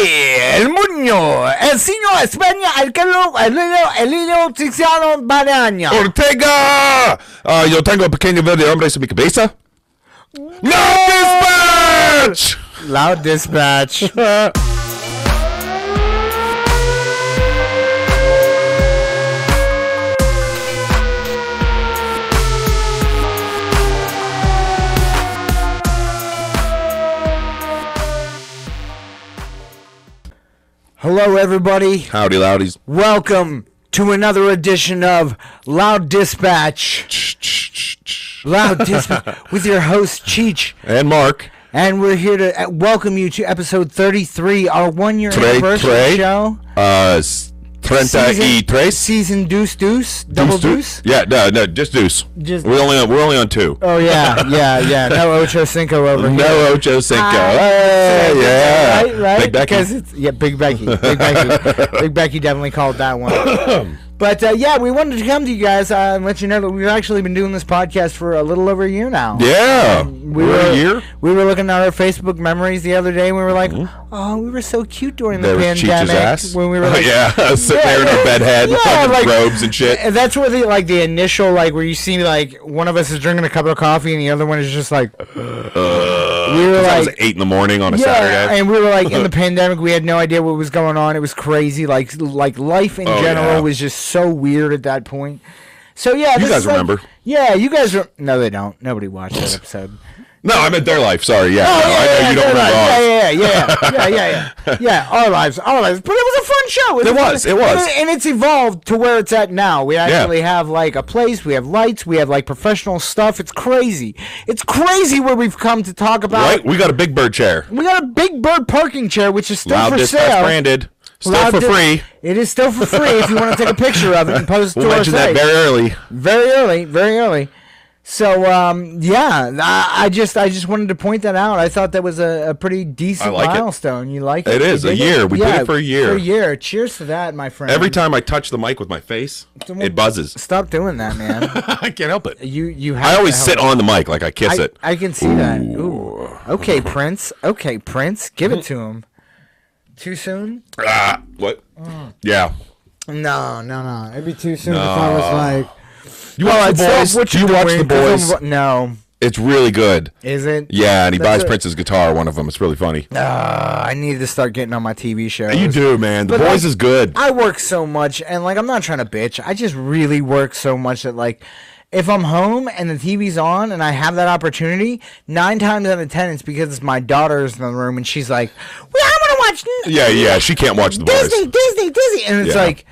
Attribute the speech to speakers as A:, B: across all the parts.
A: El Muño, el signo de España, el que lo, el hilo, el hilo tiziano Baraña.
B: Ortega. Ah, yo tengo un pequeño video de hombres en mi cabeza. ¡No dispatch!
A: Loud dispatch. Hello, everybody.
B: Howdy, loudies.
A: Welcome to another edition of Loud Dispatch. Loud Dispatch with your host Cheech,
B: And Mark.
A: and we're here to uh, welcome you to episode 33, our one-year
B: Trey,
A: anniversary
B: Trey.
A: show.
B: Uh, s- Treinta y tres.
A: season Deuce Deuce, Double Deuce.
B: Yeah, no, no, just deuce.
A: Just-
B: we're only on, we're only on two.
A: Oh yeah, yeah, yeah. No Ocho Cinco over here.
B: No Ocho Cinco. hey,
A: Ah,
B: yeah.
A: Right, right.
B: Big Becky.
A: Because it's yeah, Big Becky, Big Becky, Big Becky definitely called that one. But uh, yeah, we wanted to come to you guys uh, and let you know that we've actually been doing this podcast for a little over a year now.
B: yeah.
A: We
B: We're
A: were
B: a year.
A: We were looking at our Facebook memories the other day. and We were like,
B: Mm-hmm.
A: "Oh, we were so cute during
B: There
A: the
B: was Cheech's
A: pandemic."
B: ass.
A: When we were,
B: Oh,
A: like,
B: yeah, sitting
A: Yeah,
B: there in
A: yeah,
B: our bed head,
A: yeah,
B: fucking
A: like-
B: robes and shit.
A: And that's where the like the initial like where you see like one of us is drinking a cup of coffee and the other one is just like we were
B: Uh, That was
A: like
B: eight in the morning on a
A: yeah,
B: Saturday.
A: and we were like in the pandemic we had no idea what was going on. It was crazy. Like like life in
B: Oh,
A: general
B: yeah.
A: was just so weird at that point. So yeah, this
B: guys
A: is, like-
B: remember.
A: Yeah, you guys. Re- no, they don't. Nobody watched that episode.
B: No, I meant their life. Sorry, yeah.
A: Oh,
B: no, I know you don't remember ours.
A: yeah, yeah, yeah, yeah, yeah, yeah, yeah, yeah. Our lives, our lives. But it was a fun show.
B: It was, it was.
A: and it's evolved to where it's at now. We actually have like a place. We have lights. We have like professional stuff. It's crazy. It's crazy where we've come to talk about.
B: Right? We got a big bird chair.
A: We got a big bird parking chair, which is still
B: Loud
A: for
B: dispatch
A: sale.
B: branded. Still
A: Loud
B: for
A: di-
B: free.
A: It is still for free if you want to take a picture of Mm-hmm. it and post it
B: We'll
A: to our
B: mention that
A: site
B: very early.
A: very early, very early. So um, yeah, I, I just I just wanted to point that out. I thought that was a, a pretty decent
B: like it.
A: milestone. You like it?
B: It
A: You
B: is, a
A: dig
B: year. We did it for a year.
A: For a year. Cheers to that, my friend.
B: Every time I touch the mic with my face, it buzzes.
A: Stop doing that, man.
B: I can't help it.
A: you you. Have
B: I always
A: to
B: sit
A: help.
B: on the mic like I kiss it.
A: I, I can see that. Ooh. Okay, Prince. Okay, Prince. Give
B: Mm-hmm.
A: it to him. Too soon?
B: Ah, what? Yeah.
A: No, no, no. It'd be too soon.
C: If I was like,
B: You watch the boys.
A: Oh, What
B: you watch the
A: doing? 'Cause
B: boys.
A: I'm- No,
B: It's really good.
A: is it?
B: Yeah, and he
A: That's
B: buys
A: it.
B: Prince's guitar. One of them. It's really funny.
A: Uh, I need to start getting on my TV show.
B: You do, man. The
A: But
B: boys
A: like-
B: is good.
A: I work so much, and like I'm not trying to bitch. I just really work so much that like, if I'm home and the TV's on and I have that opportunity, nine times out of ten it's because my daughter's in the room and she's like, "Well, I want to watch n-
B: Yeah, yeah. She can't watch the boys.
A: Disney, Disney, Disney," and it's
B: Yeah.
A: like,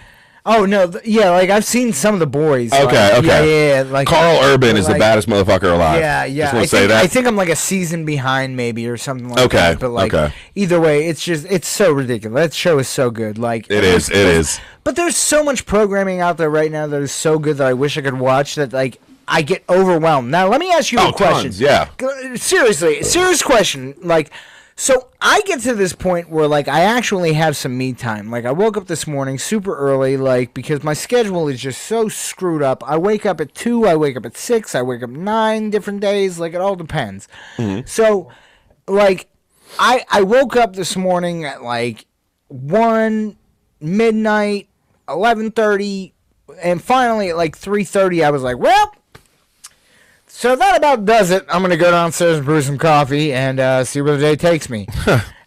A: "Oh no, th- yeah." Like I've seen some of the boys. like,
B: Okay, okay.
A: yeah, yeah, yeah, like
B: Carl Urban is the
A: like-
B: baddest motherfucker alive.
A: Yeah, yeah.
B: Just
A: I
B: want to
A: think,
B: say that.
A: I think I'm like a season behind, maybe, or something like
B: Okay,
A: that. But like,
B: okay.
A: either way, it's just it's so ridiculous. That show is so good. Like
B: it is. It is.
A: But there's so much programming out there right now that is so good that I wish I could watch that like I get overwhelmed. Now let me ask you
B: Oh,
A: a question.
B: tons, yeah.
A: G- Seriously, serious question. Like so I get to this point where like I actually have some me time. Like I woke up this morning super early like because my schedule is just so screwed up. I wake up at 2, I wake up at 6, I wake up 9 different days, like it all depends.
B: Mm-hmm.
A: So like I I woke up this morning at like one midnight, eleven thirty, and finally at like three thirty, I was like, "Well, so that about does it. I'm gonna go downstairs and brew some coffee and uh, see where the day takes me."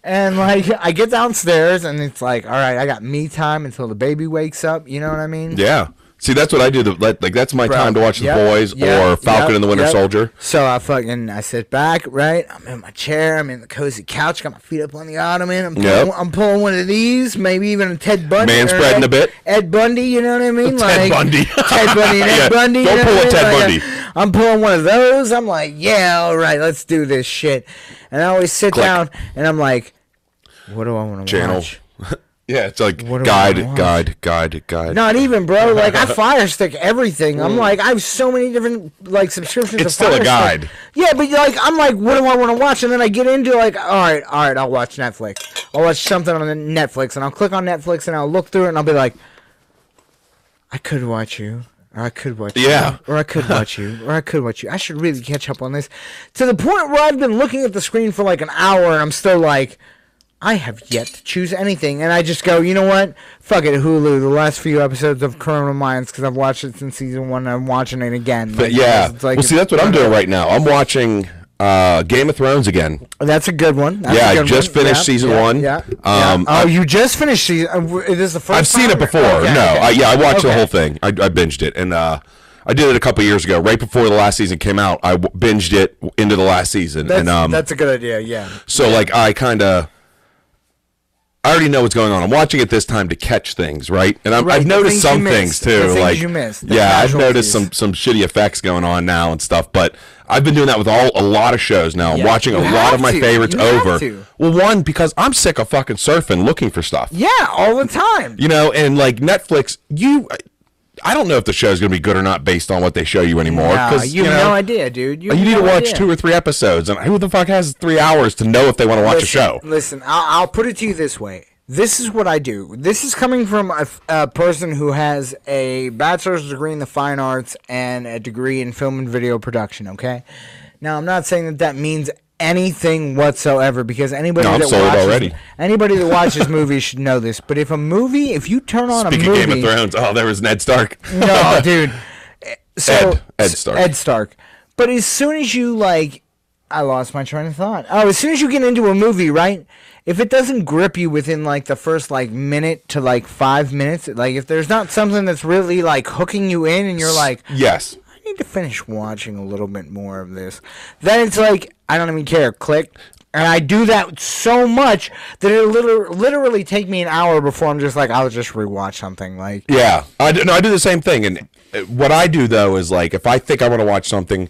A: and like, I get downstairs and it's like, "All right, I got me time until the baby wakes up." You know what I mean?
B: Yeah. See, that's what I do. The, like, like, that's my
A: Bro,
B: time to watch
A: yep,
B: the boys
A: yep,
B: or Falcon
A: yep,
B: and the Winter
A: yep.
B: Soldier.
A: So I fucking I sit back, right? I'm in my chair. I'm in the cozy couch. Got my feet up on the ottoman. I'm
B: Yep.
A: pulling, I'm pulling one of these, maybe even a Ted Bundy.
B: Man
A: or Ed,
B: spreading a bit.
A: Ed Bundy, you know what I mean?
B: Ted
A: like,
B: Bundy.
A: Ted Bundy. and Ed
B: Yeah,
A: Bundy. you
B: don't
A: know
B: pull
A: what
B: a
A: I
B: Ted
A: mean? Like,
B: Bundy.
A: I'm pulling one of those. I'm like, yeah, all right, let's do this shit. And I always sit
B: Click.
A: down and I'm like, what do I want to
B: Channel.
A: watch?
B: Yeah, it's like
A: What do I
B: guide,
A: want?
B: guide, guide, guide.
A: Not even, bro. Like I fire stick everything. I'm like I have so many different like subscriptions.
B: Mm. It's
A: to
B: still a
A: Fire Stick.
B: guide.
A: Yeah, but like I'm like, what do I want to watch? And then I get into like, all right, all right, I'll watch Netflix. I'll watch something on Netflix, and I'll click on Netflix, and I'll look through it, and I'll be like, I could watch you. Or I could watch
B: Yeah.
A: you. Or I could watch you. Or I could watch you. I should really catch up on this. To the point where I've been looking at the screen for like an hour and I'm still like, I have yet to choose anything, and I just go, you know what? Fuck it, Hulu. The last few episodes of Criminal Minds because I've watched it since season one. and I'm watching it again.
B: But yeah,
A: it's like
B: well, see, that's what I'm doing right now. I'm watching uh, Game of Thrones again.
A: That's a good one. That's
B: Yeah,
A: a
B: I
A: good
B: just
A: one.
B: finished
A: Yeah,
B: season
A: yeah,
B: one.
A: Yeah.
B: Um,
A: yeah. Oh, you just finished season. Uh, w- is this the first?
B: I've seen
A: time?
B: it before.
A: Okay,
B: no,
A: okay.
B: I, yeah, I watched the
A: Okay.
B: whole thing. I, I binged it, and uh, I did it a couple years ago, right before the last season came out. I w- binged it into the last season,
A: That's,
B: and um,
A: that's a good idea. Yeah.
B: so like I kind of. I already know what's going on. I'm watching it this time to catch things, right? And I'm,
A: Right,
B: I've
A: the things
B: noticed some
A: you
B: things
A: missed, the
B: too,
A: things
B: like
A: you missed, the
B: yeah, I've
A: casualties.
B: noticed some some shitty effects going on now and stuff. But I've been doing that with all a lot of shows now. I'm
A: Yeah.
B: watching a
A: You
B: lot
A: have
B: of my
A: to.
B: favorites
A: You have
B: over.
A: to.
B: Well, one because I'm sick of fucking surfing looking for stuff.
A: Yeah, all the time.
B: You know, and like Netflix, you, I don't know if the show's going to be good or not based on what they show you anymore.
A: Nah,
B: 'cause,
A: you,
B: you,
A: have
B: know,
A: no idea, dude. You,
B: you
A: have
B: need to
A: no
B: watch
A: idea.
B: two or three episodes, and who the fuck has three hours to know if they want to watch a show?
A: Listen, I'll, I'll put it to you this way. This is what I do. This is coming from a, f- a person who has a bachelor's degree in the fine arts and a degree in film and video production, okay? Now, I'm not saying that that means anything whatsoever because anybody
B: No, I'm
A: that
B: sold
A: watches
B: already.
A: anybody that watches movies should know this. But if a movie, if you turn on
B: Speaking
A: a
B: of
A: movie
B: Game of Thrones, oh, there was Ned Stark.
A: no, dude. So,
B: Ed. Ed Stark.
A: Ed Stark. But as soon as you like, I lost my train of thought. Oh, as soon as you get into a movie, right? If it doesn't grip you within like the first like minute to like five minutes, like if there's not something that's really like hooking you in, and you're like,
B: yes.
A: I need to finish watching a little bit more of this, then it's like I don't even care. Click. And I do that so much that it literally, literally take me an hour before I'm just like I'll just rewatch something. Like
B: Yeah, I do, no, I do the same thing. And uh, what I do though is like, if I think I want to watch something,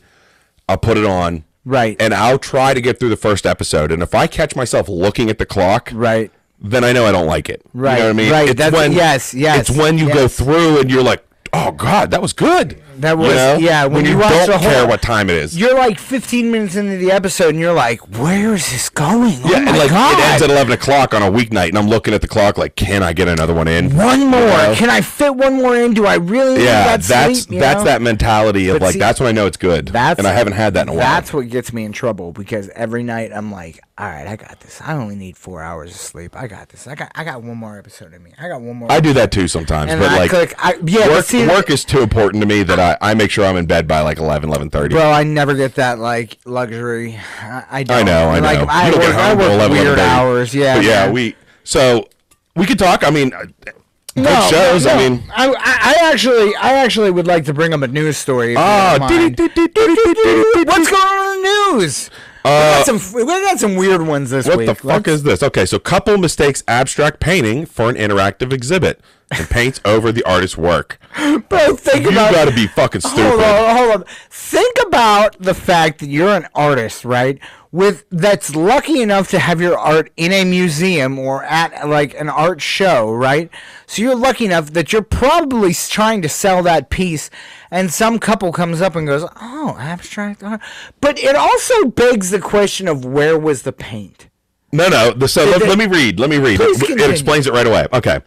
B: I'll put it on.
A: Right.
B: And I'll try to get through the first episode. And if I catch myself looking at the clock,
A: Right.
B: then I know I don't like it.
A: Right,
B: You know what I mean?
A: right. That's- yes, yes,
B: It's when you go
A: yes.
B: through and you're like, oh God, that was good.
A: That
B: You
A: was-
B: know?
A: yeah,
B: When,
A: when
B: you,
A: you watch
B: don't
A: the whole-
B: care what time it is.
A: you're like 15 minutes into the episode and you're like, where is this going? Oh
B: yeah,
A: my
B: and like
A: god!
B: it ends at eleven o'clock on a weeknight, and I'm looking at the clock like, can I get another one in?
A: one more.
B: know?
A: Can I fit one more in? Do I really
B: Yeah,
A: need that
B: that's
A: sleep? You
B: that's
A: know?
B: that mentality of
A: But
B: like
A: see,
B: that's when I know it's good.
A: that's-
B: and I haven't had that in a while.
A: That's what gets me in trouble because every night I'm like, all right, I got this. I only need four hours of sleep. I got this. I got I got one more episode in me. I got one more.
B: I do that too sometimes,
A: and
B: but
A: I
B: like
A: click. I, yeah, but
B: work
A: see,
B: work is too important to me that I, I make sure I'm in bed by like 11, 11.30.
A: Bro, I never get that like luxury. I, I, don't.
B: know, I
A: like,
B: know.
A: I
B: You don't
A: work,
B: get
A: I
B: home till
A: work
B: 11,
A: weird
B: 11:30.
A: hours. Yeah,
B: but yeah,
A: man.
B: we so we could talk. I mean, uh, good
A: No,
B: shows.
A: no,
B: I
A: no.
B: mean,
A: I, I I actually, I actually would like to bring up a news story. if you
B: Ah,
A: don't mind. what's going on in the news? we got some, we got some weird ones this
B: Uh, what
A: week.
B: the fuck
A: Let's-
B: is this? Okay, so couple mistakes abstract painting for an interactive exhibit and paints over the artist's work.
A: bro? Think
B: You
A: about.
B: gotta be fucking
A: hold
B: stupid.
A: on, hold on. Think about the fact that you're an artist, right? With that's lucky enough to have your art in a museum or at like an art show, right? So you're lucky enough that you're probably s- trying to sell that piece, and some couple comes up and goes, "Oh, abstract art," but it also begs the question of where was the paint?
B: No, no. The, so let,
A: they-
B: let me read. Let me read.
A: Please
B: It, it
A: continue.
B: explains it right away. Okay.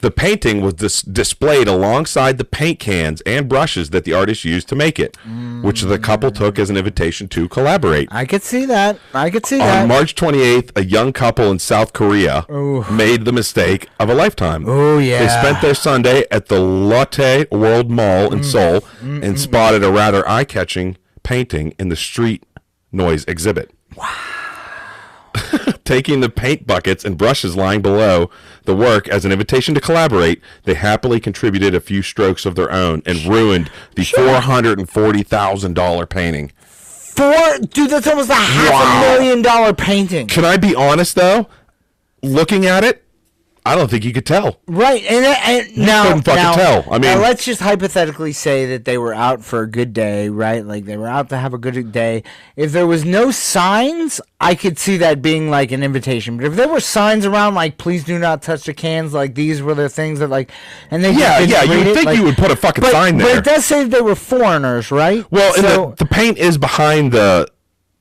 B: The painting was dis- displayed alongside the paint cans and brushes that the artist used to make it, which the couple took as an invitation to collaborate.
A: I could see that. I could see
B: On
A: that.
B: March 28th, a young couple in South Korea made the mistake of a lifetime.
A: Oh,
B: They
A: yeah.
B: spent their Sunday at the Lotte World Mall in Seoul and spotted a rather eye-catching painting in the street noise exhibit. Wow. Taking the paint buckets and brushes lying below the work as an invitation to collaborate, they happily contributed a few strokes of their own and ruined the $440,000 painting.
A: Four, dude, that's almost a half
B: Wow.
A: a million dollar painting.
B: Can I be honest though? Looking at it, I don't think you could tell.
A: Right, and, and now,
B: couldn't fucking
A: now-
B: tell. I
A: now
B: mean-
A: let's just hypothetically say that they were out for a good day, right? Like they were out to have a good day. If there was no signs, I could see that being like an invitation. But if there were signs around, like "Please do not touch the cans," like these were the things that, like, and they just
B: Yeah,
A: didn't
B: yeah, you
A: read
B: would
A: it,
B: think
A: like-
B: you would put a fucking
A: but,
B: sign
A: But
B: there.
A: it does say that they were foreigners, right?
B: Well, and
A: so,
B: the, the paint is behind the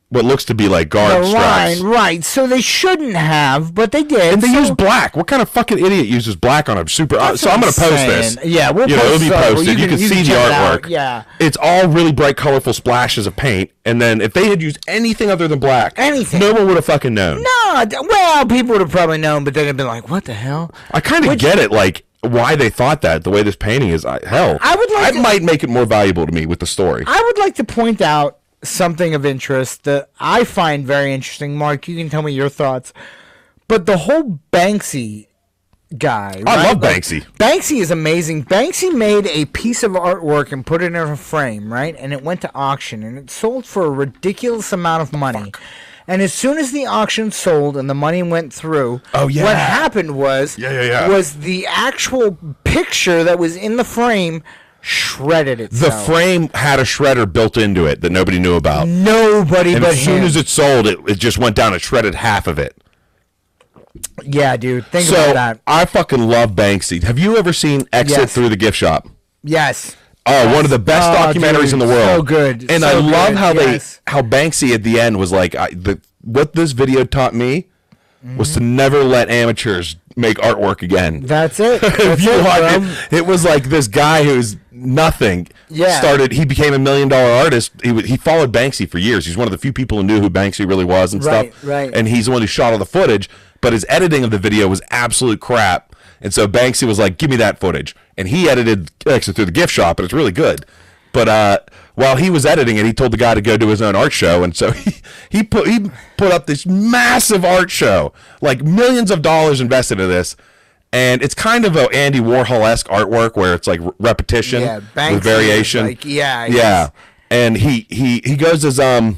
B: what looks to be like
A: The
B: guard
A: line,
B: straps.
A: right? So they shouldn't have, but they did.
B: And they
A: so
B: use black. What kind of fucking idiot uses black on a super? uh,
A: That's
B: so
A: what
B: I'm going to post
A: saying.
B: this.
A: Yeah, we'll
B: you know,
A: post
B: it'll be
A: it up. Well,
B: posted.
A: you
B: you
A: can-
B: can
A: you
B: see
A: can
B: the
A: check it out.
B: artwork.
A: Yeah.
B: it's all really bright, colorful splashes of paint. And then if they had used anything other than black,
A: Anything.
B: no one would have fucking known.
A: No, d- well, people would have probably known, but they'd have been like, "What the hell?"
B: I kind of get it, like why they thought that the way this painting is. I, hell,
A: I would like
B: I
A: to-
B: might make it more valuable to me with the story.
A: I would like to point out something of interest that I find very interesting. Mark, you can tell me your thoughts. But the whole Banksy guy.
B: I
A: right?
B: love
A: Like,
B: Banksy.
A: Banksy is amazing. Banksy made a piece of artwork and put it in a frame, right? And it went to auction and it sold for a ridiculous amount of money. And as soon as the auction sold and the money went through,
B: Oh, yeah.
A: what happened was
B: Yeah, yeah, yeah.
A: was the actual picture that was in the frame shredded
B: the
A: itself.
B: frame had a shredder built into it that nobody knew about.
A: Nobody
B: And
A: but
B: as soon
A: him.
B: as it sold, it, it just went down and shredded half of it.
A: Yeah, dude. Think
B: So
A: about that.
B: I fucking love Banksy. Have you ever seen Exit
A: Yes.
B: Through the Gift Shop?
A: Yes.
B: Oh, one of the best
A: Oh,
B: documentaries
A: dude,
B: in the world.
A: so good,
B: And
A: so
B: I love
A: good,
B: how
A: yes.
B: they how Banksy at the end was like I, the what this video taught me
A: Mm-hmm.
B: was to never let amateurs make artwork again.
A: That's it.
B: if
A: That's
B: you
A: it,
B: watch
A: bro.
B: it, it was like this guy who's nothing
A: Yeah.
B: started. He became a million dollar artist. He wa- he followed Banksy for years. He's one of the few people who knew who Banksy really was and
A: Right,
B: stuff.
A: right.
B: And he's the one who shot all the footage. But his editing of the video was absolute crap. And so Banksy was like, "Give me that footage." And he edited Exit through the gift shop, and it's really good. But uh, while he was editing it, he told the guy to go do his own art show, and so he, he put he put up this massive art show, like millions of dollars invested in this, and it's kind of a Andy Warhol esque artwork where it's like re- repetition
A: Yeah, Banksy is
B: with variation.
A: like- yeah,
B: yeah.
A: he's-
B: And he he he goes as um,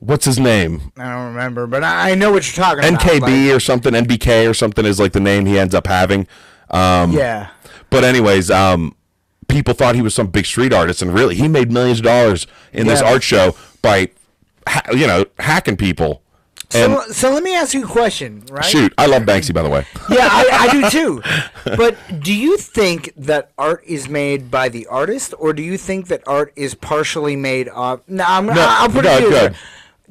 B: what's his name?
A: I don't remember, but I I know what you're talking about.
B: NKB or something, NBK or something is like the name he ends up having. Um,
A: like, yeah.
B: But anyways, um, people thought he was some big street artist, and really, he made millions of dollars in this
A: Yeah.
B: art show by, ha- you know, hacking people. And
A: So, so let me ask you a question, right?
B: shoot, I love Banksy, by the way.
A: Yeah, I, I do too. But do you think that art is made by the artist, or do you think that art is partially made off? No, I'm, no I'll put
B: no,
A: it to you.
B: go
A: this
B: ahead.
A: way.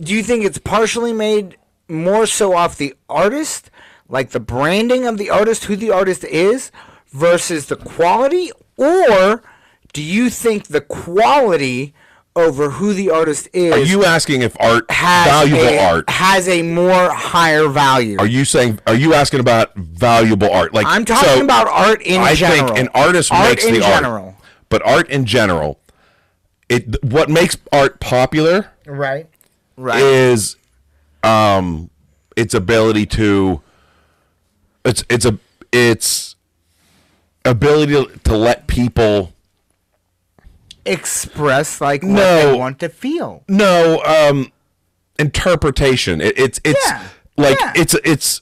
A: Do you think it's partially made more so off the artist, like the branding of the artist, who the artist is, versus the quality, or do you think the quality over who the artist is?
B: Are you asking if art
A: has
B: valuable
A: a,
B: art?
A: has a more higher value.
B: Are you saying? Are you asking about valuable art? Like
A: I'm talking
B: so
A: about art in
B: I
A: general.
B: think an artist
A: art
B: makes
A: in
B: the
A: general.
B: art, but art in general, it what makes art popular
A: Right. Right.
B: is um its ability to it's it's a it's ability to, to let people
A: Express like what
B: No.
A: they want to feel.
B: no um interpretation it, it's it's
A: Yeah.
B: like
A: Yeah.
B: it's it's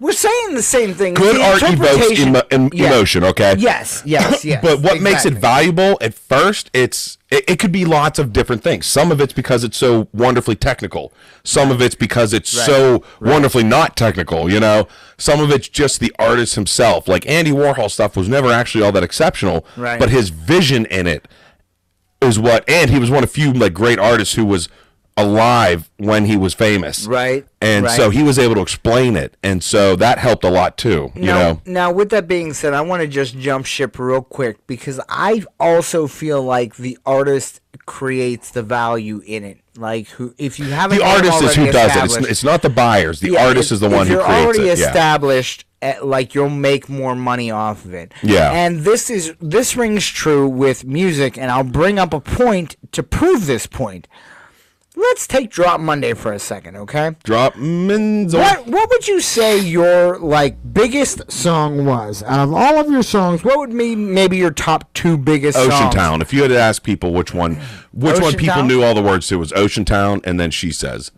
A: We're saying the same thing.
B: good
A: The
B: art evokes
A: interpretation-
B: emo- em-
A: Yeah.
B: emotion okay
A: Yes, yes, yes.
B: but what makes it
A: exactly.
B: valuable at first it's it, it could be lots of different things some of it's because it's so wonderfully technical some of it's because it's so wonderfully not technical you know some of it's just the artist himself like andy warhol stuff was never actually all that exceptional
A: Right.
B: but his vision in it is what and he was one of few like great artists who was alive when he was famous
A: Right,
B: and
A: right.
B: so he was able to explain it and so that helped a lot too you
A: now,
B: know
A: now, with that being said, I want to just jump ship real quick because I also feel like the artist creates the value in it. Like, who if you haven't
B: the artist is who
A: already
B: does it. It's,
A: established-
B: it's not the buyers. The
A: Yeah,
B: artist
A: if-
B: is the
A: if
B: one who
A: you're
B: creates
A: already
B: it. Yeah.
A: established eh, like you'll make more money off of it
B: Yeah.
A: and this is this rings true with music and i'll bring up a point to prove this point let's take drop monday for a second okay
B: Drop Menzel.
A: what what would you say your like biggest song was out of all of your songs what would be maybe your top two biggest
B: Ocean
A: songs
B: Town. If you had to ask people which one, which one
A: Ocean
B: people
A: Town?
B: knew all the words to was Ocean Town, and then she says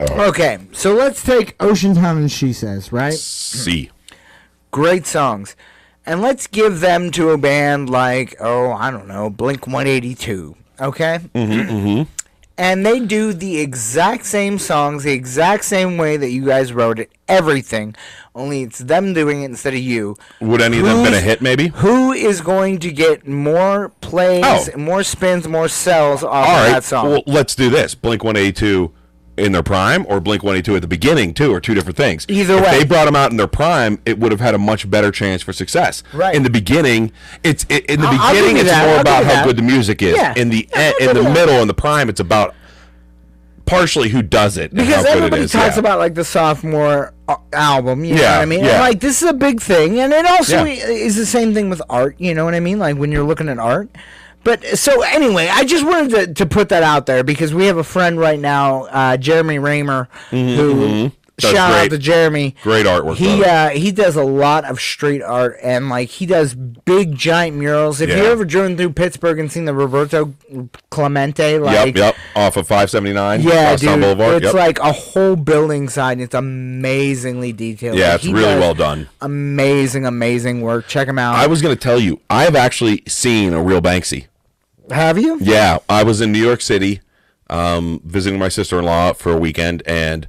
A: okay so let's take ocean town and she says right
B: C.
A: great songs. And let's give them to a band like, oh, I don't know, Blink 182. Okay? Mm-hmm, and they do the exact same songs the exact same way that you guys wrote it. Everything, only it's them doing it instead of you.
B: Would any of them been a
A: Who's-
B: hit? Maybe.
A: Who is going to get more plays,
B: Oh.
A: more spins, more sells off
B: All
A: of
B: right.
A: that song?
B: Well, let's do this. Blink 182 in their prime or Blink 182 at the beginning, too, are two different things.
A: Either
B: if
A: way.
B: they brought them out in their prime, it would have had a much better chance for success.
A: Right.
B: in the beginning, it's it, in the
A: I'll- I'll
B: beginning
A: give you
B: it's
A: that.
B: more
A: I'll
B: about
A: give you
B: how
A: that.
B: good the music is.
A: Yeah.
B: In the
A: Yeah,
B: e-
A: I'll
B: in the
A: give you that.
B: middle and the prime, it's about partially who does it and
A: because
B: how good it
A: everybody
B: is.
A: talks
B: yeah.
A: about like the sophomore uh, album, you know
B: Yeah,
A: what I mean?
B: yeah.
A: And, like this is a big thing, and it also
B: Yeah.
A: i- is the same thing with art. You know what I mean? Like when you're looking at art. But so anyway, I just wanted to, to put that out there because we have a friend right now, uh, Jeremy Raymer,
B: Mm-hmm,
A: who
B: Does
A: shout
B: great-
A: out to Jeremy.
B: great artwork,
A: He
B: brother.
A: uh, he does a lot of street art and like he does big giant murals. If you
B: Yeah.
A: ever driven through Pittsburgh and seen the Roberto Clemente, like
B: Yep, yep. Off of 579.
A: yeah,
B: across town
A: dude.
B: Boulevard.
A: It's
B: yep.
A: like a whole building side. and It's amazingly detailed.
B: Yeah,
A: Like,
B: it's
A: he
B: really
A: does
B: well done.
A: Amazing, amazing work. Check him out.
B: I was going to tell you, I've actually seen a real Banksy.
A: Have you?
B: Yeah, I was in New York City um, visiting my sister in law for a weekend, and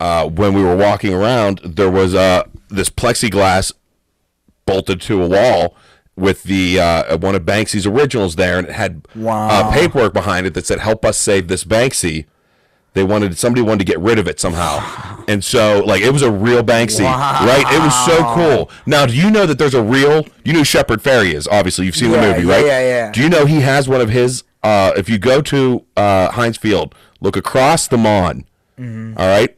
B: uh, when we were walking around, there was uh, this plexiglass bolted to a wall with the uh, one of Banksy's originals there, and it had
A: Wow.
B: uh, paperwork behind it that said "Help us save this Banksy." They wanted somebody wanted to get rid of it somehow, and so like it was a real Banksy, right? It was so cool. Now, do you know that there's a real? You know Shepard Fairey is obviously you've seen the
A: Yeah,
B: movie,
A: yeah,
B: right?
A: yeah, yeah.
B: Do you know he has one of his? Uh, if you go to uh, Heinz Field, look across the lawn.
A: Mm-hmm.
B: all right.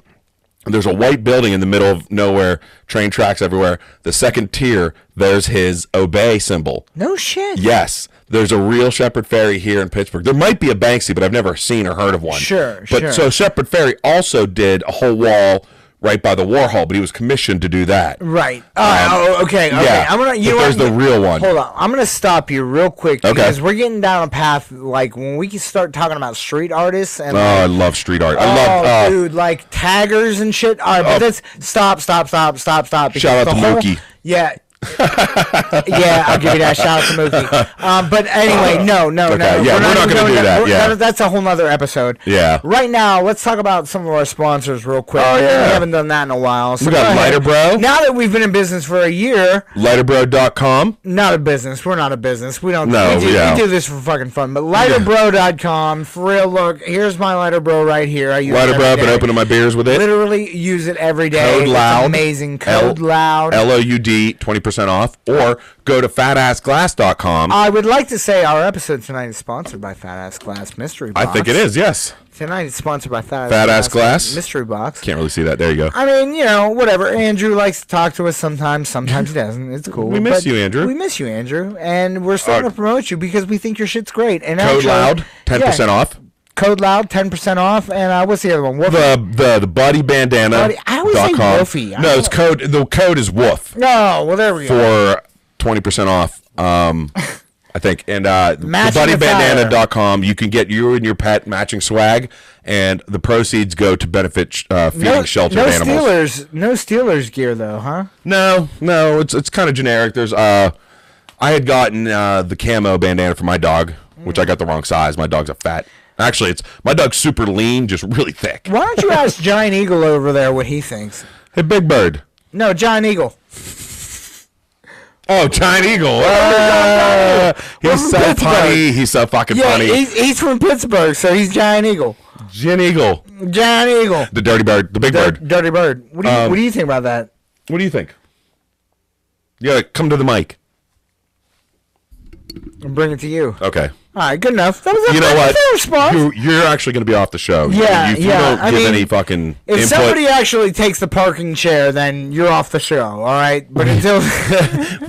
B: There's a white building in the middle of nowhere, train tracks everywhere. The second tier, there's his obey symbol.
A: No shit.
B: Yes, there's a real Shepherd Ferry here in Pittsburgh. There might be a Banksy, but I've never seen or heard of one.
A: Sure,
B: but
A: sure.
B: so Shepherd Ferry also did a whole wall right by the Warhol, but he was commissioned to do that.
A: Right. Uh, oh, okay. Okay.
B: Um, yeah,
A: I'm gonna. You
B: but
A: know
B: there's
A: what?
B: the real one.
A: Hold on. I'm gonna stop you real quick
B: Okay.
A: because we're getting down a path. Like when we can start talking about street artists and.
B: Oh,
A: like,
B: I love street art. I
A: Oh,
B: love. Uh,
A: dude, like taggers and shit. All right, but that's stop, stop, stop, stop, stop. because
B: Shout out
A: the
B: to
A: whole-
B: Mookie.
A: Yeah. yeah, I'll give you that. Shout out to Mookie. Um, but anyway, no, no, no.
B: Uh, Okay, yeah, we're not
A: even
B: gonna do that,
A: We're-
B: yeah.
A: that's a whole nother episode.
B: Yeah.
A: Right now, let's talk about some of our sponsors real quick.
B: Oh, yeah.
A: We haven't done that in a while. So
B: We
A: go
B: got
A: ahead.
B: Lighter Bro.
A: Now that we've been in business for a year,
B: Lighterbro.com.
A: not a business. We're not a business. We don't.
B: No,
A: we do,
B: yeah.
A: we do this for fucking fun. But lighterbro.com, for real. Look, here's my lighter bro right here. I use it
B: Lighter Bro.
A: every
B: I've been
A: day.
B: opening my beers with it.
A: Literally use it every day.
B: Code
A: It's
B: loud.
A: amazing. Code
B: L-
A: loud.
B: L O U D, twenty percent off, or go to fatassglass.com.
A: I would like to say our episode tonight is sponsored by Fat Ass Glass Mystery
B: I
A: Box.
B: think it is. Yes.
A: Tonight it's sponsored by Fat,
B: Fat Ass Glass?
A: Mystery Box.
B: Can't really see that. There you go.
A: I mean, you know, whatever. Andrew likes to talk to us sometimes. Sometimes he doesn't. It's cool.
B: We miss
A: But
B: you, Andrew.
A: We miss you, Andrew. And we're starting
B: Uh,
A: to promote you because we think your shit's great. And
B: Code
A: actually-
B: Loud, ten percent
A: yeah,
B: off.
A: Code Loud, 10% off. And uh, what's the other one? Wolf-
B: the the the body bandana.
A: Buddy- I always
B: dot
A: say
B: com.
A: woofy. I
B: No,
A: don't-
B: it's code. The code is woof
A: no, well, there we go.
B: for twenty percent off. Um, I think and uh, the
A: Matching the fire.
B: bodybandana.com. You can get you and your pet matching swag, and the proceeds go to benefit sh- uh, feeding
A: No,
B: sheltered
A: no
B: animals.
A: Steelers, no Steelers gear though, huh?
B: No, no, it's it's kind of generic. There's uh, I had gotten uh the camo bandana for my dog, which I got the wrong size. My dog's a fat. Actually, it's my dog's super lean, just really thick.
A: Why don't you ask Giant Eagle over there what he thinks?
B: Hey, Big Bird.
A: No, Giant Eagle.
B: Oh, Giant Eagle. Ah, he's so
A: from Pittsburgh.
B: funny. He's so fucking
A: Yeah,
B: funny.
A: he's, he's from Pittsburgh, so he's Giant Eagle.
B: Giant Eagle.
A: Giant Eagle.
B: The Dirty Bird. The Big
A: Dir-
B: Bird.
A: Dirty Bird. What do
B: Um,
A: you What do you think about that?
B: What do you think? You gotta come to the mic.
A: I'm bringing it to you.
B: Okay.
A: All right, good enough. That was a
B: You know
A: that was a
B: what?
A: response.
B: You, you're actually gonna be off the show.
A: Yeah,
B: If you
A: yeah,
B: don't
A: I
B: give
A: mean,
B: any fucking
A: if
B: input.
A: somebody actually takes the parking chair, then you're off the show. All right, but until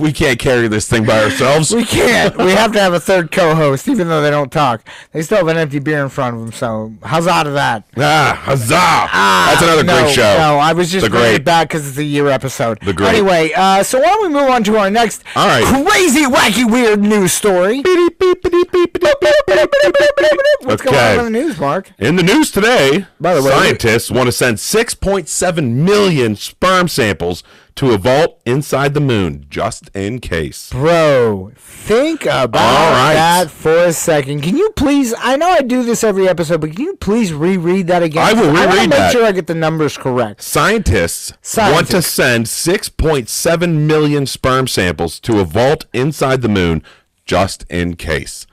B: we can't carry this thing by ourselves.
A: we can't, we have to have a third co-host, even though they don't talk. They still have an empty beer in front of them. So how's out of that?
B: ah, huzzah! That's another
A: Ah, no,
B: great show.
A: No, I was just
B: The
A: bringing
B: great.
A: it back because it's a year episode.
B: The great.
A: Anyway, uh, so why don't we move on to our next
B: All right.
A: crazy, wacky, weird news story?
B: Beep, beep, beep, beep, beep,
A: What's going on in the news, Mark?
B: In the news today,
A: By the way-
B: scientists want to send 6.7 million sperm samples to a vault inside the moon just in case.
A: Bro, think about
B: All right.
A: that for a second. Can you please? I know I do this every episode, but can you please reread that again?
B: I will
A: wanna make
B: reread that.
A: sure I get the numbers correct.
B: Scientists want to
A: Scientists.
B: send 6.7 million sperm samples to a vault inside the moon just in case.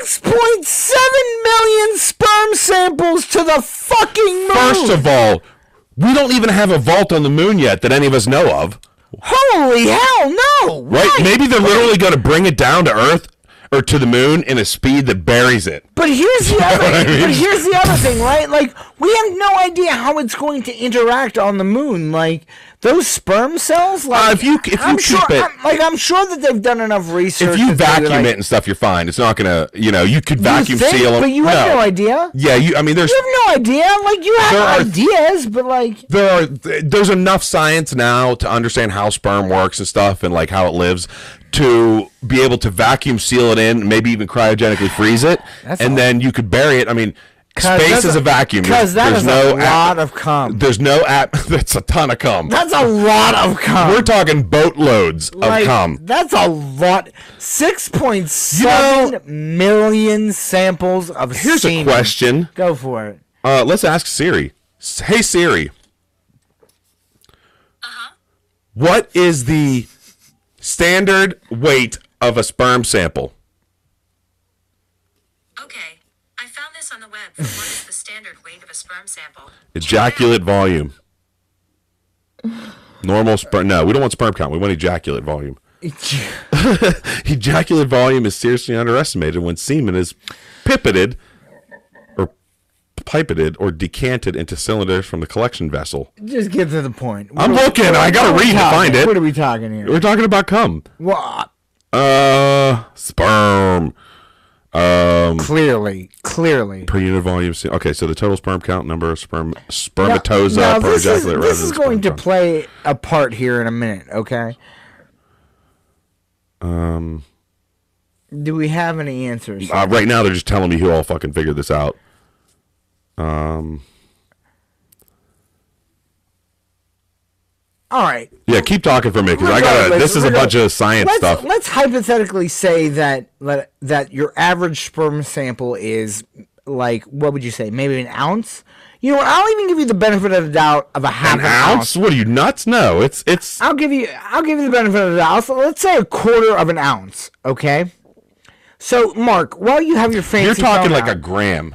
A: 6.7 million sperm samples to the fucking moon.
B: First of all, we don't even have a vault on the moon yet that any of us know of.
A: Holy hell, no!
B: Right? Maybe they're literally going to bring it down to Earth or to the moon in a speed that buries it.
A: But here's the other.
B: I mean?
A: But here's the other thing, right? Like we have no idea how it's going to interact on the moon. Like those sperm cells. Like
B: Uh, if you- if you
A: I'm
B: keep
A: sure,
B: it-
A: I'm, like I'm sure that they've done enough research.
B: If you
A: to say that,
B: vacuum
A: like,
B: it and stuff, you're fine. It's not going to, you know, you could vacuum
A: you think,
B: seal them.
A: but you have no idea.
B: Yeah, you, I mean, there's.
A: You have no idea. Like you have
B: There are-
A: ideas, but like
B: there are th- there's enough science now to understand how sperm works and stuff and like how it lives to be able to vacuum seal it in maybe even cryogenically freeze it
A: That's
B: and
A: a-
B: then you could bury it i mean space
A: that's
B: is a
A: a-
B: vacuum
A: 'cause that
B: there's
A: is a
B: no
A: lot of cum.
B: there's no app that's a ton of cum
A: that's a lot of cum.
B: we're talking boatloads
A: Like,
B: of cum
A: That's a lot. Six point
B: You know-
A: seven million samples of
B: here's a
A: semen.
B: question
A: Go for it.
B: uh, let's ask siri S- hey siri what is the standard weight of a sperm sample
C: Okay. I found this on the web for what is the standard weight of a sperm sample.
B: Ejaculate volume. Normal sperm. No, we don't want sperm count. We want ejaculate volume. Ejaculate volume is seriously underestimated when semen is pipetted or pipetted or decanted into cylinders from the collection vessel.
A: Just get to the point.
B: I'm looking. I gotta
A: What are
B: read
A: we
B: to
A: talking-
B: find it.
A: What are we talking here?
B: We're talking about cum.
A: Well,
B: Uh, sperm Um,
A: clearly, clearly.
B: per unit volume. se- Okay, so the total sperm count number of sperm spermatozoa
A: Now- now
B: per
A: this is,
B: ejaculate. rather
A: this
B: than
A: is going
B: sperm
A: to
B: count.
A: play a part here in a minute. Okay. Um. Do we have any answers?
B: Uh, right now, they're just telling me who all fucking figured this out.
A: All right.
B: Yeah, keep talking for me because I gotta.
A: Regardless,
B: This is a bunch of
A: regardless,
B: science
A: let's,
B: stuff.
A: Let's hypothetically say that let, that your average sperm sample is like what would you say? Maybe an ounce. You know, what? I'll even give you the benefit of the doubt of a half
B: An ounce? What are you nuts? No, it's it's.
A: I'll give you I'll give you the benefit of the doubt. So let's say a quarter of an ounce, okay? So Mark, while you have your fancy
B: You're talking
A: phone
B: like a
A: out,
B: gram.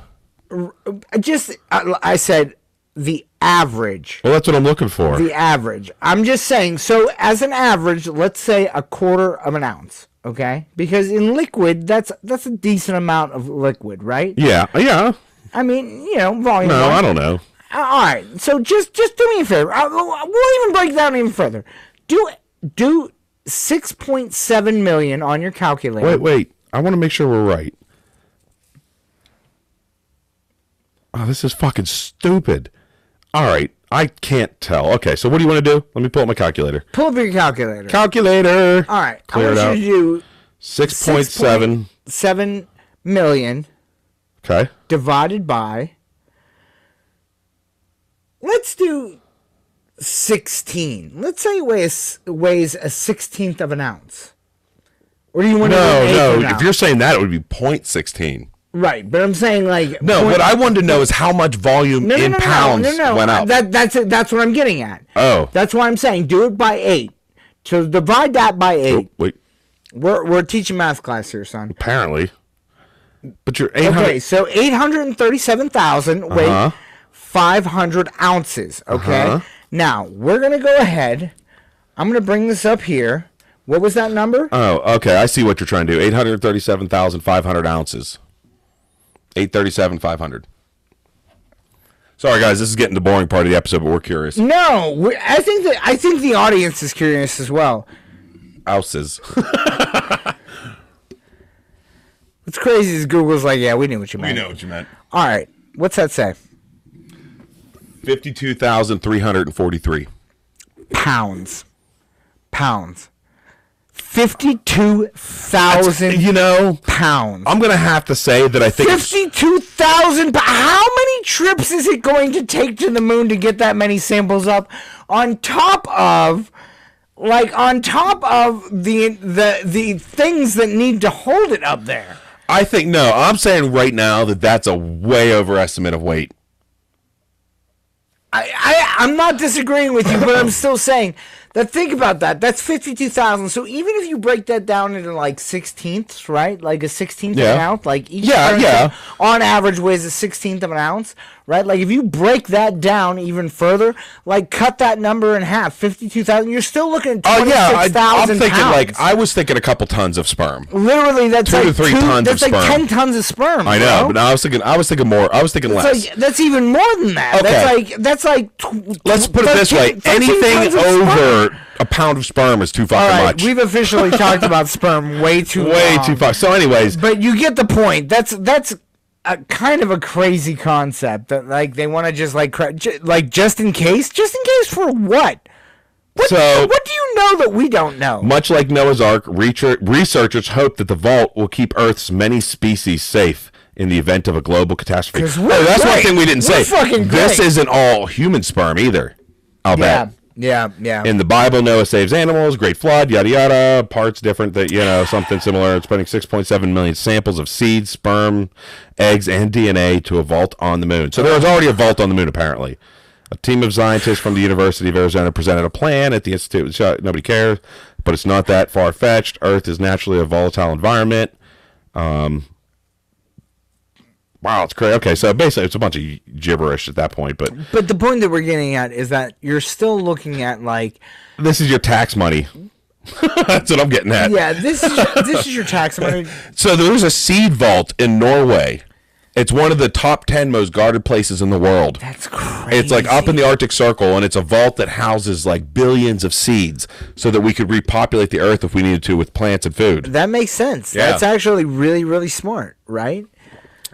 A: I just I, I said the average.
B: Well, that's what I'm looking for.
A: The average. I'm just saying, so as an average, let's say a quarter of an ounce, okay? Because in liquid, that's that's a decent amount of liquid, right?
B: yeah, yeah.
A: I mean, you know, volume.
B: No,
A: wise.
B: I don't know.
A: Uh, All right. So just just do me a favor. I, we'll even break down even further. Do do six point seven million on your calculator.
B: Wait, wait. I want to make sure we're right. Oh, this is fucking stupid. All right, I can't tell. Okay, so what do you want to do? Let me pull up my calculator.
A: Pull up your calculator.
B: Calculator.
A: All right.
B: Clear
A: I
B: it
A: want
B: out.
A: you to do
B: Six point seven.
A: seven million
B: Okay.
A: divided by. Let's do sixteen. Let's say it weighs weighs a sixteenth of an ounce. Or do you want to do an
B: No,
A: eighth
B: no.
A: of an
B: If you're
A: ounce?
B: saying that, it would be point sixteen.
A: right, but I'm saying like
B: No,
A: point-
B: what I wanted to know is how much volume in pounds went out.
A: That, that's it. That's what I'm getting at.
B: Oh.
A: That's why I'm saying do it by eight. So divide that by eight.
B: Oh, wait,
A: We're, we're teaching math class here, son.
B: apparently. But you're 800.
A: Okay, so 837,000 weight, 500 ounces. Okay.
B: Uh-huh.
A: Now, we're going to go ahead. I'm going to bring this up here. What was that number?
B: Oh, okay. I see what you're trying to do. 837,500 ounces. 837,500. Sorry, guys. This is getting the boring part of the episode, but we're curious.
A: no, we- I think that I think the audience is curious as well.
B: Mm-hmm. Ounces.
A: What's crazy is Google's like, yeah, we knew what you meant.
B: what you meant.
A: All right, what's that say?
B: 52,343.
A: pounds. Pounds. fifty-two thousand
B: You know,
A: pounds.
B: I'm gonna have to say that I think it's-
A: Fifty-two thousand. But how many trips is it going to take to the moon to get that many samples up? On top of, like, on top of the the the things that need to hold it up there.
B: I think no. I'm saying right now that that's a way overestimate of weight.
A: I, I I'm not disagreeing with you, but I'm still saying that. Think about that. That's fifty-two thousand. So even if you break that down into like sixteenths, right? Like a sixteenth of an
B: Yeah.
A: ounce, like each
B: Yeah,
A: currency
B: yeah.
A: on average weighs a sixteenth of an ounce, right? Like if you break that down even further, like cut that number in half, fifty-two thousand. You're still looking at
B: Oh yeah,
A: twenty-six
B: I, I'm
A: thousand
B: thinking
A: pounds.
B: like I was thinking a couple tons of sperm.
A: literally that's
B: two to
A: like
B: three
A: two,
B: tons
A: that's
B: of
A: like
B: sperm.
A: ten tons of sperm.
B: I know,
A: bro.
B: but no, I was thinking I was thinking more. I was thinking less.
A: It's like that's even more than that. That's
B: Okay.
A: like that's like. Tw-
B: Let's put it this way:
A: 13 tons
B: anything
A: of sperm.
B: over a pound of sperm is too
A: All
B: fucking
A: right,
B: much.
A: we've officially talked about sperm way too
B: Way
A: long.
B: too fuck. So, anyways,
A: But you get the point. That's that's a kind of a crazy concept that like they want to just like cra- ju- like just in case, just in case for what? What,
B: So-
A: what do you know that we don't know?
B: much like Noah's Ark, research- researchers hope that the vault will keep Earth's many species safe in the event of a global catastrophe.
A: 'Cause we're
B: Oh, that's one
A: great.
B: thing we didn't
A: We're
B: say.
A: fucking
B: this
A: great.
B: isn't all human sperm either. I'll
A: Yeah,
B: bet.
A: yeah, yeah.
B: in the Bible, Noah saves animals, great flood, yada yada. Parts different that you know something similar. It's putting 6.7 million samples of seeds, sperm, eggs, and DNA to a vault on the moon. So there was already a vault on the moon, apparently. A team of scientists from the University of Arizona presented a plan at the institute. So Nobody cares, but it's not that far fetched. Earth is naturally a volatile environment. Um, wow, it's crazy. Okay, so basically, it's a bunch of gibberish at that point, but
A: but the point that we're getting at is that you're still looking at like
B: this is your tax money. That's what I'm getting at.
A: yeah, this is this is your tax money.
B: So there's a seed vault in Norway. It's one of the top 10 most guarded places in the world.
A: That's crazy.
B: It's like up in the Arctic Circle, and it's a vault that houses like billions of seeds so that we could repopulate the earth if we needed to with plants and food.
A: that makes sense.
B: Yeah.
A: That's actually really really smart, right?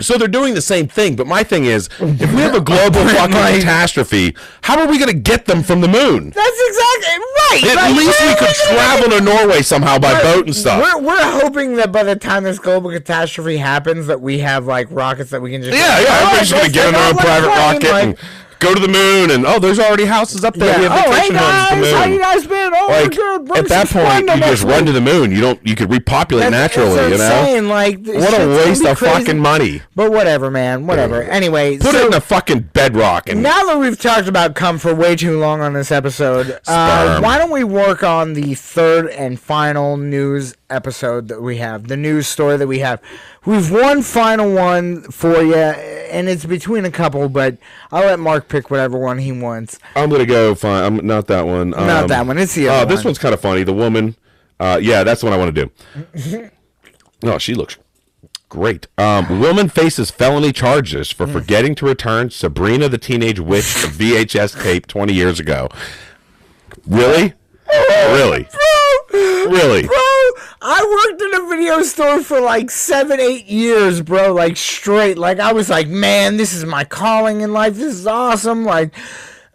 B: So they're doing the same thing, but my thing is if we have a global fucking catastrophe, how are we going to get them from the moon?
A: That's exactly right.
B: At
A: like,
B: least
A: where
B: we
A: are
B: could
A: gonna
B: travel to Norway somehow by boat and stuff.
A: We're, we're hoping that by the time this global catastrophe happens, that we have like rockets that we can just
B: Yeah, yeah.
A: All right,
B: Everybody's just gonna
A: let's
B: get
A: take
B: in their own
A: off like
B: private
A: plane,
B: rocket
A: like-
B: and go to the moon. And oh, there's already houses up there.
A: yeah.
B: We have
A: Oh, hey
B: vacation homes at the
A: guys, how you
B: moon.
A: guys been? Oh, we're good.
B: Like
A: Bring
B: at that
A: some
B: point,
A: Splenda
B: you
A: next
B: just run
A: week.
B: to the moon. You don't. You could repopulate
A: That's- that's
B: naturally.
A: what I'm
B: you know.
A: saying, Like this
B: what
A: shit's
B: a
A: gonna
B: waste
A: be
B: of
A: crazy.
B: fucking money.
A: But whatever, man. Whatever. Anyway,
B: Put it
A: so
B: in a fucking bedrock and
A: now that we've talked about cum for way too long on this episode, uh,
B: Sperm.
A: why don't we work on the third and final news episode that we have, the news story that we have? We've one final one for you, and it's between a couple, but I'll let Mark pick whatever one he wants.
B: I'm gonna go find. I'm not that one.
A: Not
B: um,
A: that one. It's the
B: Oh,
A: other
B: this
A: one.
B: one's kind of funny. The woman. Uh, yeah, that's the one I want to do. No, she looks great. Um, woman faces felony charges for
A: Mm.
B: forgetting to return Sabrina the Teenage Witch VHS tape 20 years ago. Really? Really? Really?
A: Bro, I worked in a video store for like seven, eight years, bro. Like straight. Like I was like, man, this is my calling in life. This is awesome. Like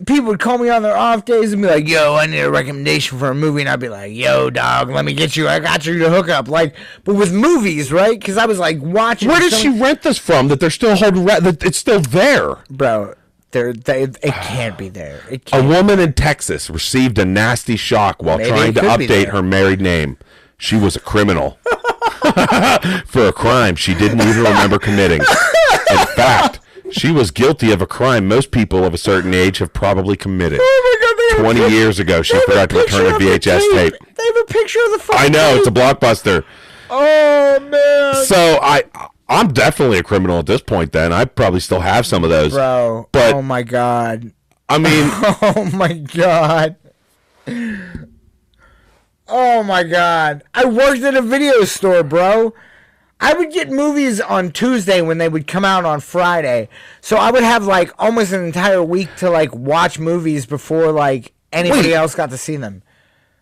A: people would call me on their off days and be like, yo, I need a recommendation for a movie, and I'd be like, yo, dog, let me get you. I got you to hook up. Like, but with movies, right? Because I was like watching.
B: Where did
A: so-
B: she rent this from that they're still holding re- that it's still there?
A: bro? There, they, it can't be there. It
B: A
A: can't.
B: woman in Texas received a nasty shock while
A: Maybe
B: trying
A: it
B: to
A: could be
B: update
A: there.
B: her married name. She was a criminal for a crime she didn't even remember committing. In fact, she was guilty of a crime most people of a certain age have probably committed.
A: Oh my God, they have a
B: 20
A: pic-
B: years ago, she
A: they have a
B: forgot to
A: picture
B: return a
A: of the
B: VHS tape.
A: They have a picture of the fucking.
B: I know, it's a
A: tape.
B: blockbuster.
A: Oh man.
B: So I I'm definitely a criminal at this point then. I probably still have some of those.
A: bro.
B: But-
A: oh my god.
B: I mean,
A: Oh my god. Oh my god. I worked at a video store, bro. I would get movies on Tuesday when they would come out on Friday. So I would have like almost an entire week to like watch movies before like anybody
B: Wait.
A: else got to see them.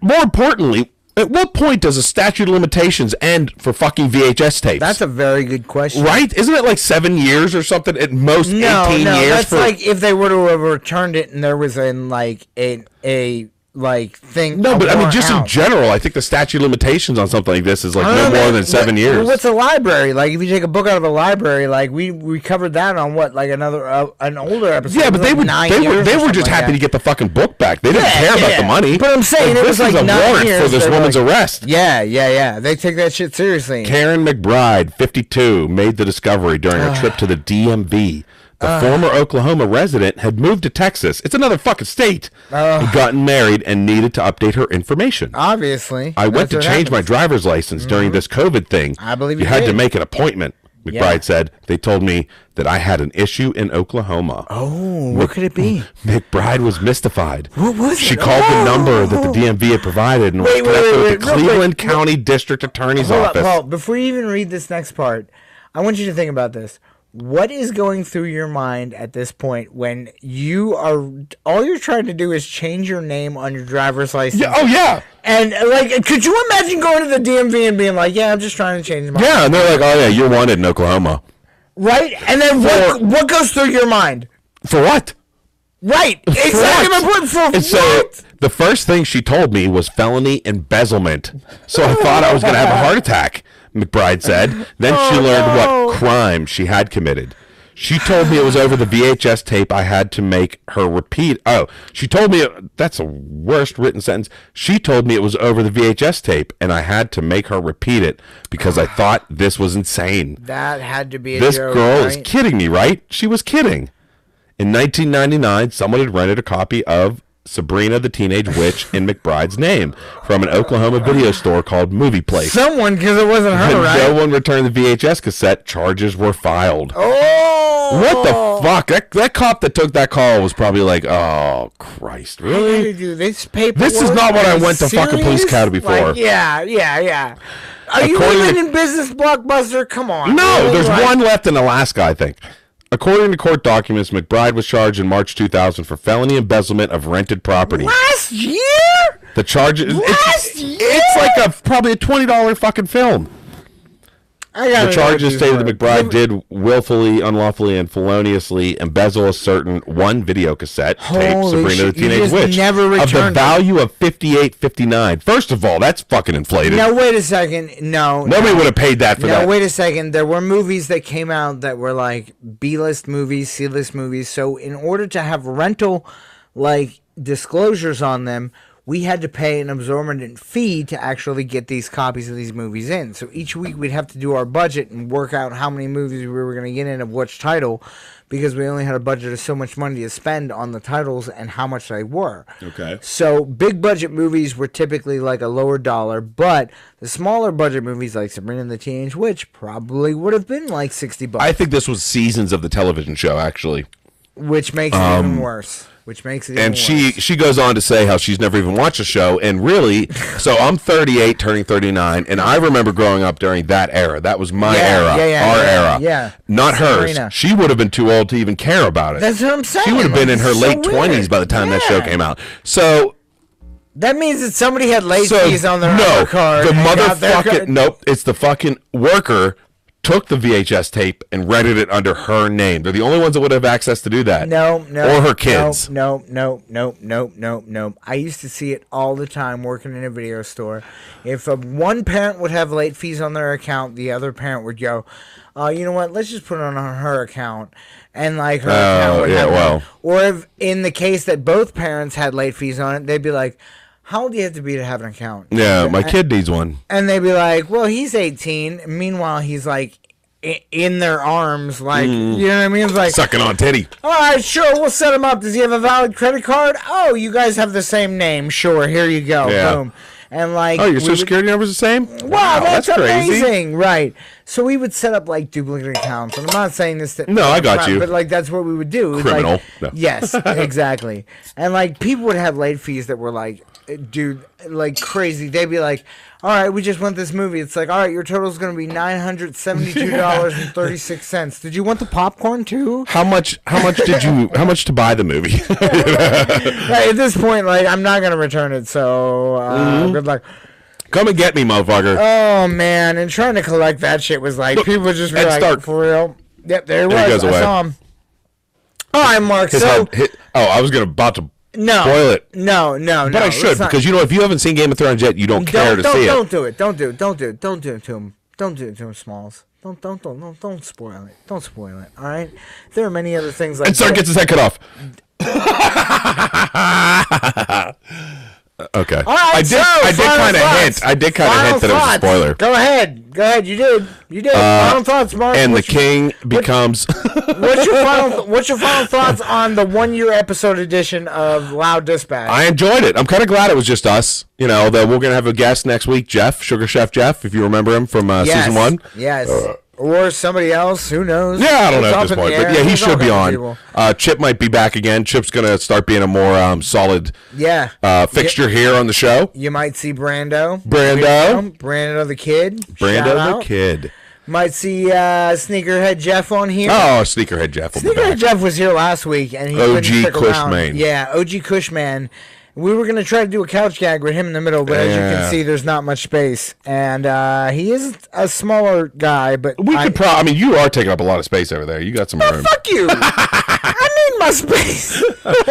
B: more importantly, at what point does a statute of limitations end for fucking VHS tapes?
A: That's a very good question.
B: Right? Isn't it like seven years or something at most?
A: No,
B: eighteen
A: no,
B: years
A: that's
B: for
A: like if they were to have returned it and there was in like a a like thing.
B: No,
A: a
B: but I mean,
A: warrant
B: just in
A: out.
B: general, I think the statute of limitations on something like this is like
A: I
B: no
A: don't know,
B: more
A: man.
B: than seven
A: What-
B: years.
A: What's a library like? If you take a book out of the library, like we we covered that on what like another uh, an older episode.
B: yeah, but
A: It was,
B: they
A: like,
B: were
A: nine
B: they
A: years
B: were
A: or
B: they were
A: something
B: just
A: like that.
B: happy to get the fucking book back. They didn't
A: Yeah,
B: care about
A: yeah.
B: the money.
A: But I'm saying it was
B: this is
A: like
B: a
A: nine
B: warrant for
A: years,
B: this
A: they're
B: woman's
A: like-
B: arrest.
A: Yeah, yeah, yeah. They take that shit seriously.
B: Karen McBride, 52, made the discovery during her trip to the DMV. The former Oklahoma resident had moved to Texas. It's another fucking state. had gotten married and needed to update her information.
A: Obviously,
B: I went
A: Uh, that's
B: to
A: what
B: change my
A: happens.
B: driver's license during this COVID thing.
A: I believe
B: you
A: you
B: had to
A: did.
B: make an appointment. McBride
A: Yeah.
B: said they told me that I had an issue in Oklahoma.
A: Oh, what could it be?
B: McBride was mystified.
A: What was
B: Hmm. she
A: it?
B: called the number that
A: Oh.
B: the DMV had provided and
A: Wait,
B: was
A: wait,
B: connected
A: wait,
B: with the
A: wait, real quick.
B: Cleveland County District Attorney's
A: Hold
B: Office.
A: up, Paul. Before you even read this next part, I want you to think about this. What is going through your mind at this point when you are all you're trying to do is change your name on your driver's license?
B: Yeah, oh yeah.
A: And like, could you imagine going to the DMV and being like, "Yeah, I'm just trying to change my
B: Yeah, and they're like, "Oh yeah, you're wanted in Oklahoma."
A: right?" And then what? What goes through your mind?
B: For what?
A: Right? Exactly my point. For
B: And
A: what?
B: so the first thing she told me was felony embezzlement. So I thought I was going to have a heart attack, McBride said. Then she learned
A: Oh, no.
B: what crime she had committed. She told me it was over the VHS tape I had to make her repeat. Oh, she told me that's the worst written sentence. She told me it was over the VHS tape and I had to make her repeat it because I thought this was insane.
A: that had to be a
B: This
A: joke,
B: girl is
A: right?
B: kidding me, right? She was kidding. In 1999, someone had rented a copy of Sabrina the Teenage Witch in McBride's name from an Oklahoma video store called Movie Place.
A: someone because it wasn't
B: and
A: her,
B: no
A: right?
B: one returned the VHS cassette. Charges were filed.
A: Oh,
B: What the fuck? That, that cop that took that call was probably like, oh, Christ,
A: How do
B: really?
A: you do this paper.
B: This is not what I went to fucking police academy for.
A: yeah, yeah, yeah. Are
B: According
A: you
B: to-
A: even in business, Blockbuster? Come on.
B: No,
A: really,
B: there's
A: like-
B: one left in Alaska, I think. According to court documents, McBride was charged in March 2000 for felony embezzlement of rented property.
A: last year.
B: The charges.
A: Last
B: It's,
A: year?
B: it's like a probably a twenty dollar fucking film.
A: I got
B: The charges stated that McBride did willfully, unlawfully, and feloniously embezzle a certain one video cassette tape,
A: Holy
B: Sabrina the
A: shit, you
B: Teenage
A: just
B: Witch,
A: never
B: of
A: returned
B: the
A: it.
B: value of fifty eight fifty nine. First of all, that's fucking inflated.
A: Now wait a second. No,
B: Nobody would have paid that for
A: Now
B: that.
A: wait a second. There were movies that came out that were like B-list movies, C-list movies. So in order to have rental like disclosures on them, we had to pay an absorbent fee to actually get these copies of these movies in. So each week we'd have to do our budget and work out how many movies we were going to get in of which title because we only had a budget of so much money to spend on the titles and how much they were.
B: Okay.
A: So big budget movies were typically like a lower dollar, but the smaller budget movies like Sabrina and the Teenage Witch probably would have been like sixty bucks,
B: I think this was seasons of the television show, actually.
A: which makes it even worse. Which makes it
B: Um, and
A: even
B: she
A: worse.
B: she goes on to say how she's never even watched the show and really so i'm 38 turning 39 and i remember growing up during that era that was my
A: Yeah,
B: era
A: yeah, yeah,
B: our
A: yeah,
B: era
A: yeah.
B: not
A: Sabrina.
B: hers she would have been too old to even care about it
A: That's what I'm saying.
B: she would have been in her
A: It's so
B: late 20s
A: weird.
B: by the time that show
A: Yeah.
B: came out so
A: That means that somebody had late
B: so
A: fees on their
B: no
A: other card.
B: the
A: and got their card-
B: motherfucking nope it's the fucking worker took the vhs tape and rented it under her name they're the only ones that would have access to do that
A: No, no.
B: or her kids
A: No, no, no, no, no, no. I used to see it all the time working in a video store. If uh one parent would have late fees on their account, the other parent would go, uh, you know what? Let's just put it on her account." And like her account
B: Oh,
A: would
B: yeah,
A: have that.
B: well.
A: Or if in the case that both parents had late fees on it, they'd be like, "How old do you have to be to have an account?"
B: yeah my kid needs one
A: and they'd be like, "Well, he's 18." Meanwhile, he's like i- in their arms, like
B: Mm-hmm.
A: you know what I mean? It's like
B: sucking on titty
A: all right, sure, we'll set him up. Does he have a valid credit card? Oh, you guys have the same name. Sure, here you go.
B: Yeah.
A: Boom. And like,
B: Oh, your
A: we
B: social
A: would-
B: security number's the same? Wow,
A: Wow, that's, amazing, right? So we would set up like duplicate accounts, and I'm not saying this. To,
B: No, I got
A: but,
B: you.
A: But like, that's what we would do. It's like-
B: Criminal. No.
A: Yes, exactly. And like, people would have late fees that were like, eh, dude, like crazy. They'd be like, "All right, we just want this movie." It's like, "All right, your total's going to be nine hundred seventy-two dollars and thirty-six cents." Did you want the popcorn too?
B: How much how much did you how much to buy the movie?
A: Like, at this point, like I'm not gonna return it, so uh,
B: Mm-hmm.
A: good luck.
B: Come and get me, motherfucker.
A: Oh man, and trying to collect that shit was like people just were
B: Ed
A: like
B: Stark.
A: for real. Yep, there he
B: There he
A: was.
B: goes
A: I
B: away.
A: saw him. All right, Mark.
B: His
A: so
B: head hit- oh, I was gonna about to
A: No.
B: Spoil it.
A: No, no, no.
B: But I should because you know if you haven't seen Game of Thrones yet, you don't,
A: don't
B: care to
A: don't
B: see
A: don't
B: it.
A: do it. Don't do it. Don't do it. Don't do it to him. Don't do it to him, Smalls. Don't don't don't don't, don't spoil it. Don't spoil it. All right. There are many other things like
B: And Stark
A: that.
B: gets his head cut off. okay.
A: All right,
B: I did.
A: so,
B: I did
A: final
B: kind of
A: thoughts.
B: hint. I did kind of
A: Final
B: hint that
A: thoughts.
B: it was a spoiler. Uh,
A: Go ahead. Go ahead. You did. You did. final thoughts, Mark.
B: And the
A: what's,
B: king becomes.
A: what's your final? What's your final thoughts on the one-year episode edition of Loud Dispatch?
B: I enjoyed it. I'm kind of glad it was just us. You know that we're gonna have a guest next week, Jeff, Sugar Chef Jeff, if you remember him from uh,
A: yes.
B: season one. Uh,
A: Yes. or somebody else. Who knows?
B: Yeah, I don't know
A: It's up
B: at this
A: in the
B: point,
A: air.
B: but yeah, he
A: There's all
B: should be
A: kinds of
B: on.
A: people.
B: Uh, Chip might be back again. Chip's gonna start being a more um, solid
A: Yeah.
B: uh, fixture here on the show.
A: You might see Brando.
B: Brando,
A: Brando the Kid. Shout
B: Brando the
A: out.
B: kid.
A: Might see uh, Sneakerhead Jeff on here.
B: Oh, sneakerhead Jeff will be
A: Sneakerhead
B: back.
A: Jeff was here last week, and he
B: OG
A: couldn't stick
B: Cushman.
A: around. Yeah, OG Cushman. We were gonna try to do a couch gag with him in the middle, but as you
B: Yeah.
A: can see, there's not much space, and uh, he is a smaller guy. But
B: We
A: I-
B: could probably. I mean, you are taking up a lot of space over there. You got some room.
A: fuck you. I need my space.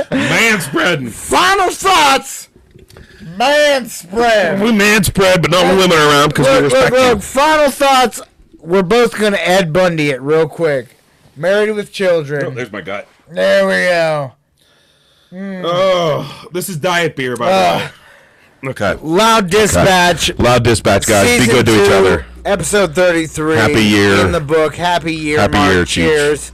B: Man spreading.
A: Final thoughts. Man spread.
B: We man spread, but not women around because we
A: Look, look,
B: respect
A: look,
B: you.
A: final thoughts. We're both gonna Ed Bundy it real quick. Married with children.
B: There's my gut.
A: There we go.
D: Oh, this is diet beer, by
A: Uh.
B: Okay.
A: Loud dispatch.
B: Loud dispatch, guys. Be
A: Season
B: good to each
A: two,
B: other.
A: Episode 33.
B: Happy year.
A: In the book. Happy year.
B: Happy
A: Mark.
B: year, Chief.
A: Cheers.